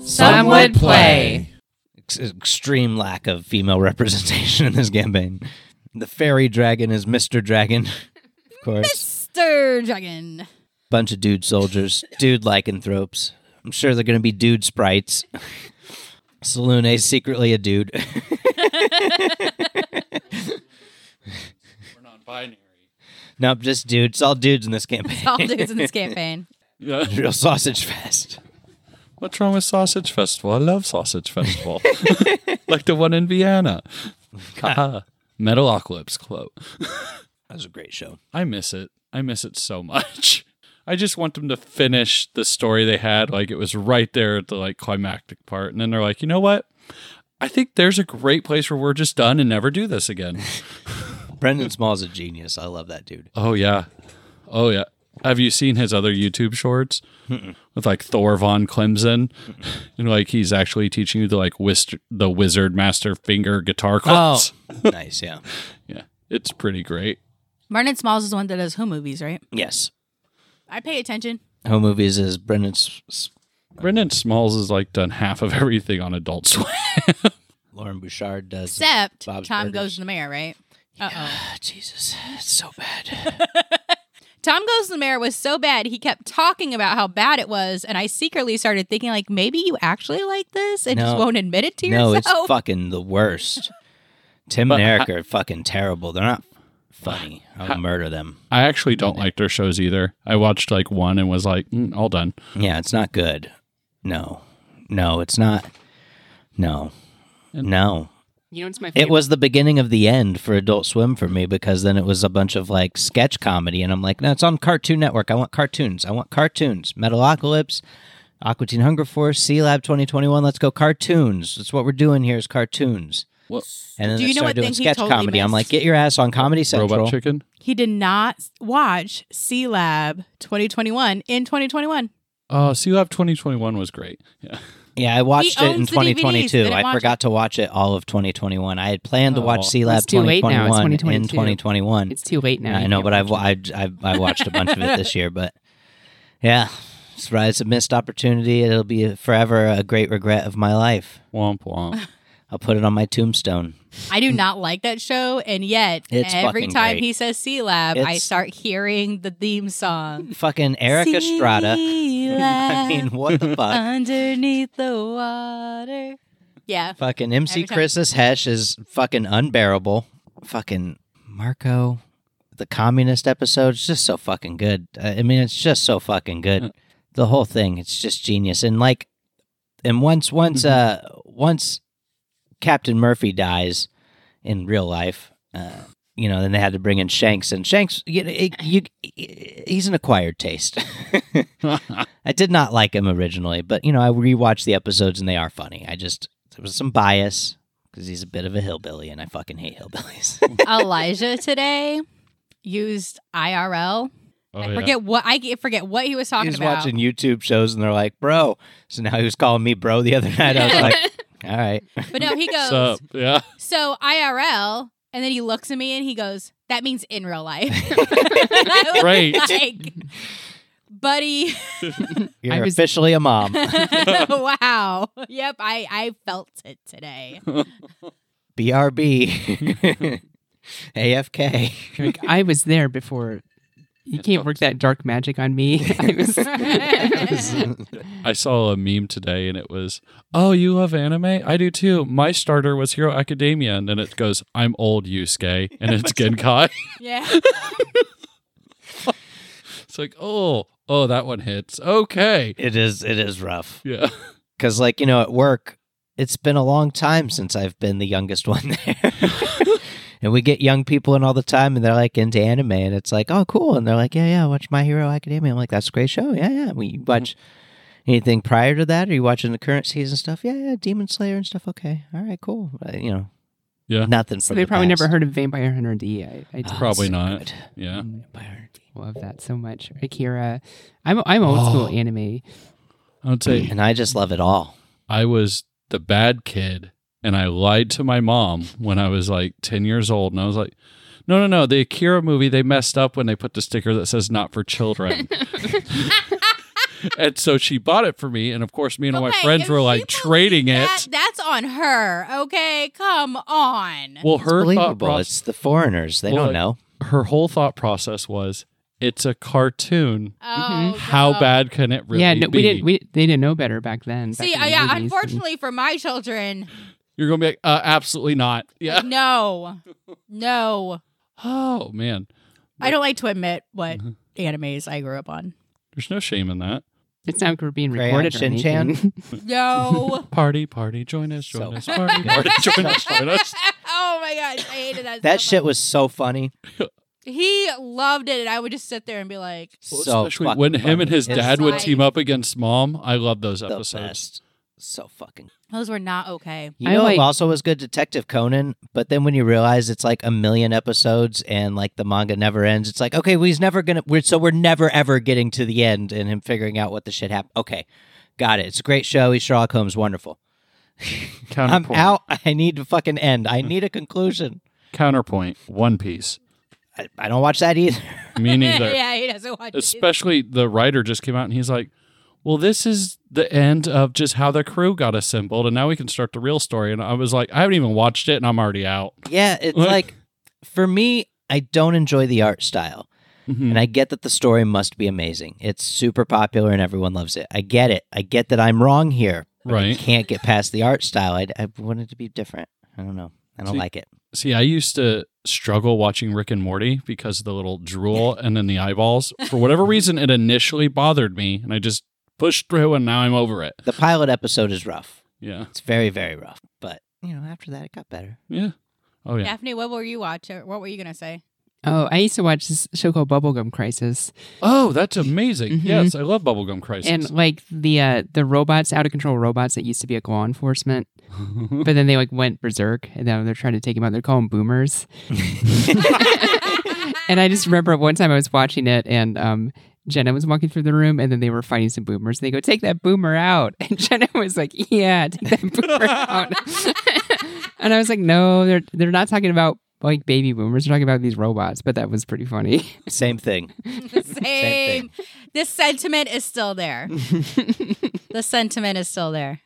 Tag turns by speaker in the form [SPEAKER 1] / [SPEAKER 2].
[SPEAKER 1] Some would play.
[SPEAKER 2] Ex- extreme lack of female representation in this campaign. The fairy dragon is Mr. Dragon, of course.
[SPEAKER 1] Mr. Dragon.
[SPEAKER 2] Bunch of dude soldiers, dude lycanthropes. I'm sure they're going to be dude sprites. Salune secretly a dude.
[SPEAKER 3] We're non-binary.
[SPEAKER 2] nope, just dudes. All dudes in this campaign.
[SPEAKER 1] All dudes in this campaign.
[SPEAKER 3] Yeah.
[SPEAKER 2] Real sausage fest.
[SPEAKER 3] What's wrong with Sausage Festival? I love Sausage Festival. like the one in Vienna. Haha. Metalocalypse quote.
[SPEAKER 2] That was a great show.
[SPEAKER 3] I miss it. I miss it so much. I just want them to finish the story they had. Like it was right there at the like climactic part. And then they're like, you know what? I think there's a great place where we're just done and never do this again.
[SPEAKER 2] Brendan Small's a genius. I love that dude.
[SPEAKER 3] oh yeah. Oh yeah. Have you seen his other YouTube shorts with like Thor von Clemson? And like he's actually teaching you the like whist- the wizard master finger guitar chords.
[SPEAKER 2] nice. Yeah.
[SPEAKER 3] Yeah. It's pretty great.
[SPEAKER 1] Martin Smalls is the one that does home movies, right?
[SPEAKER 2] Yes.
[SPEAKER 1] I pay attention.
[SPEAKER 2] Home movies is Brendan. S- S-
[SPEAKER 3] Brendan Smalls has like done half of everything on Adult Swim.
[SPEAKER 2] Lauren Bouchard does.
[SPEAKER 1] Except
[SPEAKER 2] Bob's
[SPEAKER 1] Tom
[SPEAKER 2] Burgers.
[SPEAKER 1] Goes to the Mayor, right? Uh oh.
[SPEAKER 2] Jesus, it's so bad.
[SPEAKER 1] Tom Goes to the Mayor was so bad, he kept talking about how bad it was. And I secretly started thinking, like, maybe you actually like this and just
[SPEAKER 2] No.
[SPEAKER 1] won't admit it to
[SPEAKER 2] no,
[SPEAKER 1] yourself.
[SPEAKER 2] it's fucking the worst. Tim and Eric are fucking terrible. They're not funny. I'll murder them.
[SPEAKER 3] I actually don't like their shows either. I watched like one and was like, mm, all done.
[SPEAKER 2] Yeah, it's not good. No, no, it's not. No, no.
[SPEAKER 4] You know, it's my favorite.
[SPEAKER 2] It was the beginning of the end for Adult Swim for me because then it was a bunch of like sketch comedy, and I'm like, no, it's on Cartoon Network. I want cartoons. I want cartoons. Metalocalypse, Aqua Teen Hunger Force, C Lab 2021. Let's go cartoons. That's what we're doing here is cartoons.
[SPEAKER 3] What?
[SPEAKER 2] And then
[SPEAKER 1] Do
[SPEAKER 2] they
[SPEAKER 1] you know what
[SPEAKER 2] started doing
[SPEAKER 1] thing he
[SPEAKER 2] sketch
[SPEAKER 1] totally
[SPEAKER 2] comedy. I'm
[SPEAKER 1] missed?
[SPEAKER 2] like, get your ass on Comedy Central.
[SPEAKER 3] Robot Chicken?
[SPEAKER 1] he did not watch C Lab 2021 in 2021.
[SPEAKER 3] Oh, Sea Lab 2021 was great. Yeah.
[SPEAKER 2] Yeah, I watched
[SPEAKER 1] He
[SPEAKER 2] it in
[SPEAKER 1] owns the DVDs. They
[SPEAKER 2] 2022.
[SPEAKER 1] didn't
[SPEAKER 2] I
[SPEAKER 1] watch
[SPEAKER 2] forgot to watch it all of 2021. I had planned to
[SPEAKER 3] Oh.
[SPEAKER 2] watch C Lab
[SPEAKER 4] It's too late now. It's
[SPEAKER 2] 2021 in
[SPEAKER 4] 2022.
[SPEAKER 2] 2021.
[SPEAKER 4] It's too late now.
[SPEAKER 2] I
[SPEAKER 4] You
[SPEAKER 2] know,
[SPEAKER 4] can't
[SPEAKER 2] but I've,
[SPEAKER 4] watch it.
[SPEAKER 2] I've, I've, I watched a bunch of it this year, but yeah, it's right. It's a missed opportunity. It'll be forever a great regret of my life.
[SPEAKER 3] Womp womp.
[SPEAKER 2] I'll put it on my tombstone.
[SPEAKER 1] I do not like that show, and yet
[SPEAKER 2] It's
[SPEAKER 1] every
[SPEAKER 2] fucking
[SPEAKER 1] time
[SPEAKER 2] great.
[SPEAKER 1] he says "C Lab," I
[SPEAKER 2] It's-
[SPEAKER 1] start hearing the theme song.
[SPEAKER 2] Fucking Eric Estrada. I
[SPEAKER 1] I
[SPEAKER 2] mean, what the fuck?
[SPEAKER 1] underneath the water. Yeah,
[SPEAKER 2] Fucking MC
[SPEAKER 1] Every time-
[SPEAKER 2] Chris's Hesh is fucking unbearable. Fucking Marco, the communist episode is just so fucking good. Uh, I mean, it's just so fucking good. The whole thing, it's just genius. And like, and once once uh once Captain Murphy dies in real life, uh, you know, then they had to bring in Shanks, and Shanks, you, it, you he's an acquired taste. I did not like him originally, but you know, I rewatched the episodes and they are funny. I just there was some bias because he's a bit of a hillbilly, and I fucking hate hillbillies.
[SPEAKER 1] Elijah today used IRL.
[SPEAKER 3] Oh,
[SPEAKER 1] I
[SPEAKER 3] yeah.
[SPEAKER 1] forget what I forget what he was
[SPEAKER 2] he
[SPEAKER 1] talking
[SPEAKER 2] was
[SPEAKER 1] about.
[SPEAKER 2] watching YouTube shows, and they're like, "Bro," so now he was calling me "bro" the other night. I was like, "All right,
[SPEAKER 1] but no, he goes.
[SPEAKER 3] What's up? Yeah.
[SPEAKER 1] So IRL, and then he looks at me and he goes, "That means in real life." And I was
[SPEAKER 3] Right.
[SPEAKER 1] like, buddy.
[SPEAKER 2] you're
[SPEAKER 4] was-
[SPEAKER 2] officially a mom."
[SPEAKER 1] wow. Yep, I I felt it today.
[SPEAKER 2] BRB. AFK.
[SPEAKER 4] Like, I was there before. You can't work that dark magic on me. I was. I was-
[SPEAKER 3] I saw a meme today and it was, oh, you love anime? I do too. My starter was Hero Academia. And then it goes, I'm old Yusuke. And it's Genkai.
[SPEAKER 1] Yeah.
[SPEAKER 3] it's like, oh, oh, that one hits. Okay.
[SPEAKER 2] It is. It is rough
[SPEAKER 3] Yeah.
[SPEAKER 2] because, like you know, at work, it's been a long time since I've been the youngest one there. And we get young people in all the time, and they're like into anime, and it's like, oh, cool. And they're like, yeah, yeah, I watch My Hero Academia. I'm like, that's a great show. Yeah, yeah.
[SPEAKER 3] Mm-hmm.
[SPEAKER 2] We watch anything prior to that? Are you watching the current season stuff? Yeah, yeah, Demon Slayer and stuff. Okay, all right, cool. Uh, you know,
[SPEAKER 3] Yeah.
[SPEAKER 2] nothing.
[SPEAKER 4] so
[SPEAKER 2] from
[SPEAKER 4] they
[SPEAKER 2] the
[SPEAKER 4] probably
[SPEAKER 2] past.
[SPEAKER 4] never heard of Vampire Hunter D. I, I
[SPEAKER 2] Oh,
[SPEAKER 4] just
[SPEAKER 3] Ah, Probably
[SPEAKER 2] so
[SPEAKER 3] not.
[SPEAKER 2] good.
[SPEAKER 3] Yeah.
[SPEAKER 2] Vampire.
[SPEAKER 4] love that so much. Akira. I'm I'm old
[SPEAKER 3] Oh.
[SPEAKER 4] school anime.
[SPEAKER 3] I would say
[SPEAKER 2] And I just love it all.
[SPEAKER 3] I was the bad kid and I lied to my mom when I was like 10 years old. And I was like, no, no, no. The Akira movie, they messed up when they put the sticker that says not for children. and so she bought it for me. And of course, me and all my
[SPEAKER 1] Okay,
[SPEAKER 3] friends
[SPEAKER 1] if
[SPEAKER 3] were
[SPEAKER 1] she
[SPEAKER 3] like
[SPEAKER 1] believes
[SPEAKER 3] trading
[SPEAKER 1] that-
[SPEAKER 3] it.
[SPEAKER 1] That's on her. Okay, come on.
[SPEAKER 3] Well, her thought
[SPEAKER 2] Believable.
[SPEAKER 3] process,
[SPEAKER 2] It's the foreigners. They
[SPEAKER 3] Well,
[SPEAKER 2] don't
[SPEAKER 3] like-
[SPEAKER 2] know.
[SPEAKER 3] her whole thought process was, "It's a cartoon.
[SPEAKER 1] Oh,
[SPEAKER 3] mm-hmm. How
[SPEAKER 1] no.
[SPEAKER 3] bad can it really
[SPEAKER 4] yeah, no,
[SPEAKER 3] be?"
[SPEAKER 4] we didn't. We they didn't know better back then. back
[SPEAKER 1] See,
[SPEAKER 4] in the
[SPEAKER 1] uh, yeah.
[SPEAKER 4] 80s.
[SPEAKER 1] Unfortunately for my children,
[SPEAKER 3] You're gonna be like, uh, absolutely not. Yeah.
[SPEAKER 1] no, no.
[SPEAKER 3] Oh man,
[SPEAKER 1] I don't like to admit what
[SPEAKER 3] Mm-hmm.
[SPEAKER 1] animes I grew up on.
[SPEAKER 3] there's no shame in that.
[SPEAKER 4] it's not like we're being
[SPEAKER 2] Crayon
[SPEAKER 4] recorded or
[SPEAKER 2] Shin-chan?
[SPEAKER 4] anything.
[SPEAKER 1] No.
[SPEAKER 3] Party, party, join us, join
[SPEAKER 2] So
[SPEAKER 3] us,
[SPEAKER 2] fucking
[SPEAKER 3] party,
[SPEAKER 2] good.
[SPEAKER 3] party, join us, join us.
[SPEAKER 1] oh my gosh, I hated that.
[SPEAKER 2] That
[SPEAKER 1] so
[SPEAKER 2] shit was so funny.
[SPEAKER 1] much. He loved it, and I would just sit there and be like,
[SPEAKER 3] Well,
[SPEAKER 2] so
[SPEAKER 3] especially
[SPEAKER 2] fucking
[SPEAKER 3] when him and
[SPEAKER 2] funny.
[SPEAKER 3] his
[SPEAKER 2] It's
[SPEAKER 3] dad would
[SPEAKER 1] like-
[SPEAKER 3] team up against mom. I love those
[SPEAKER 2] the
[SPEAKER 3] episodes.
[SPEAKER 2] best. So fucking.
[SPEAKER 1] "Those were not okay."
[SPEAKER 2] You
[SPEAKER 4] I
[SPEAKER 2] know,
[SPEAKER 4] like-
[SPEAKER 2] it also was good, Detective Conan. But then when you realize it's like a million episodes and like the manga never ends, it's like okay, we're never gonna. We're, so we're never ever getting to the end and him figuring out what the shit happened. Okay, got it. It's a great show. He's Sherlock Holmes, wonderful. I'm
[SPEAKER 3] Counterpoint.
[SPEAKER 2] out. I need to fucking end. I need a conclusion.
[SPEAKER 3] Counterpoint. One Piece.
[SPEAKER 2] I, I don't watch that either.
[SPEAKER 3] Me neither.
[SPEAKER 1] yeah, he doesn't watch. it.
[SPEAKER 3] Especially the writer just came out and he's like, "Well, this is the end of just how the crew got assembled, and now we can start the real story." And I was like, "I haven't even watched it, and I'm already out."
[SPEAKER 2] Yeah, it's
[SPEAKER 3] Like-
[SPEAKER 2] like, for me, I don't enjoy the art style.
[SPEAKER 3] Mhm.
[SPEAKER 2] And I get that the story must be amazing. It's super popular and everyone loves it. I get it. I get that I'm wrong here. but I
[SPEAKER 3] Right.
[SPEAKER 2] can't get past the art style. I, I want it to be different. I don't know. I don't
[SPEAKER 3] See-
[SPEAKER 2] like it.
[SPEAKER 3] See, I used to struggle watching Rick and Morty because of the little drool and then the eyeballs. For whatever reason, it initially bothered me, and I just pushed through, and now I'm over it.
[SPEAKER 2] The pilot episode is rough.
[SPEAKER 3] Yeah,
[SPEAKER 2] It's very, very rough. But, you know, after that, it got better.
[SPEAKER 3] yeah, oh yeah.
[SPEAKER 1] Daphne, what were you watching? What were you gonna say?
[SPEAKER 4] Oh, I used to watch this show called Bubblegum Crisis,
[SPEAKER 3] Oh, that's amazing.
[SPEAKER 4] Mhm.
[SPEAKER 3] Yes, I love Bubblegum Crisis.
[SPEAKER 4] and like the uh, the robots, out of control robots that used to be like law enforcement, but then they like went berserk, and now they're trying to take them out. They're calling boomers. and I just remember one time I was watching it and um Jenna was walking through the room and then they were fighting some boomers. They go, Take that boomer out. And Jenna was like, Yeah, take that boomer out. and I was like, No, they're they're not talking about like baby boomers, they're talking about these robots, but that was pretty funny.
[SPEAKER 2] Same thing.
[SPEAKER 1] the same. This sentiment is still there. the sentiment is still there.